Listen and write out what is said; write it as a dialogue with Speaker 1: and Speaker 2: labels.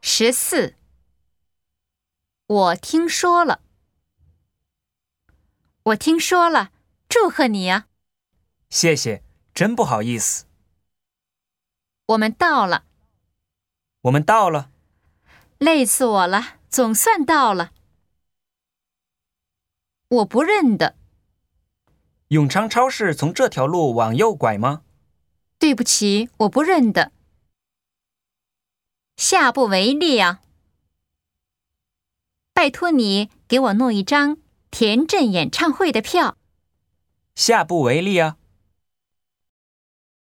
Speaker 1: 十四，我听说了，我听说了，祝贺你啊！
Speaker 2: 谢谢，真不好意思，
Speaker 1: 我们到了，
Speaker 2: 我们到了。
Speaker 1: 累死我了，总算到了。我不认得，
Speaker 2: 永昌超市从这条路往右拐吗？
Speaker 1: 对不起，我不认得，下不为例啊！拜托你给我弄一张田震演唱会的票。
Speaker 2: 下不为例啊。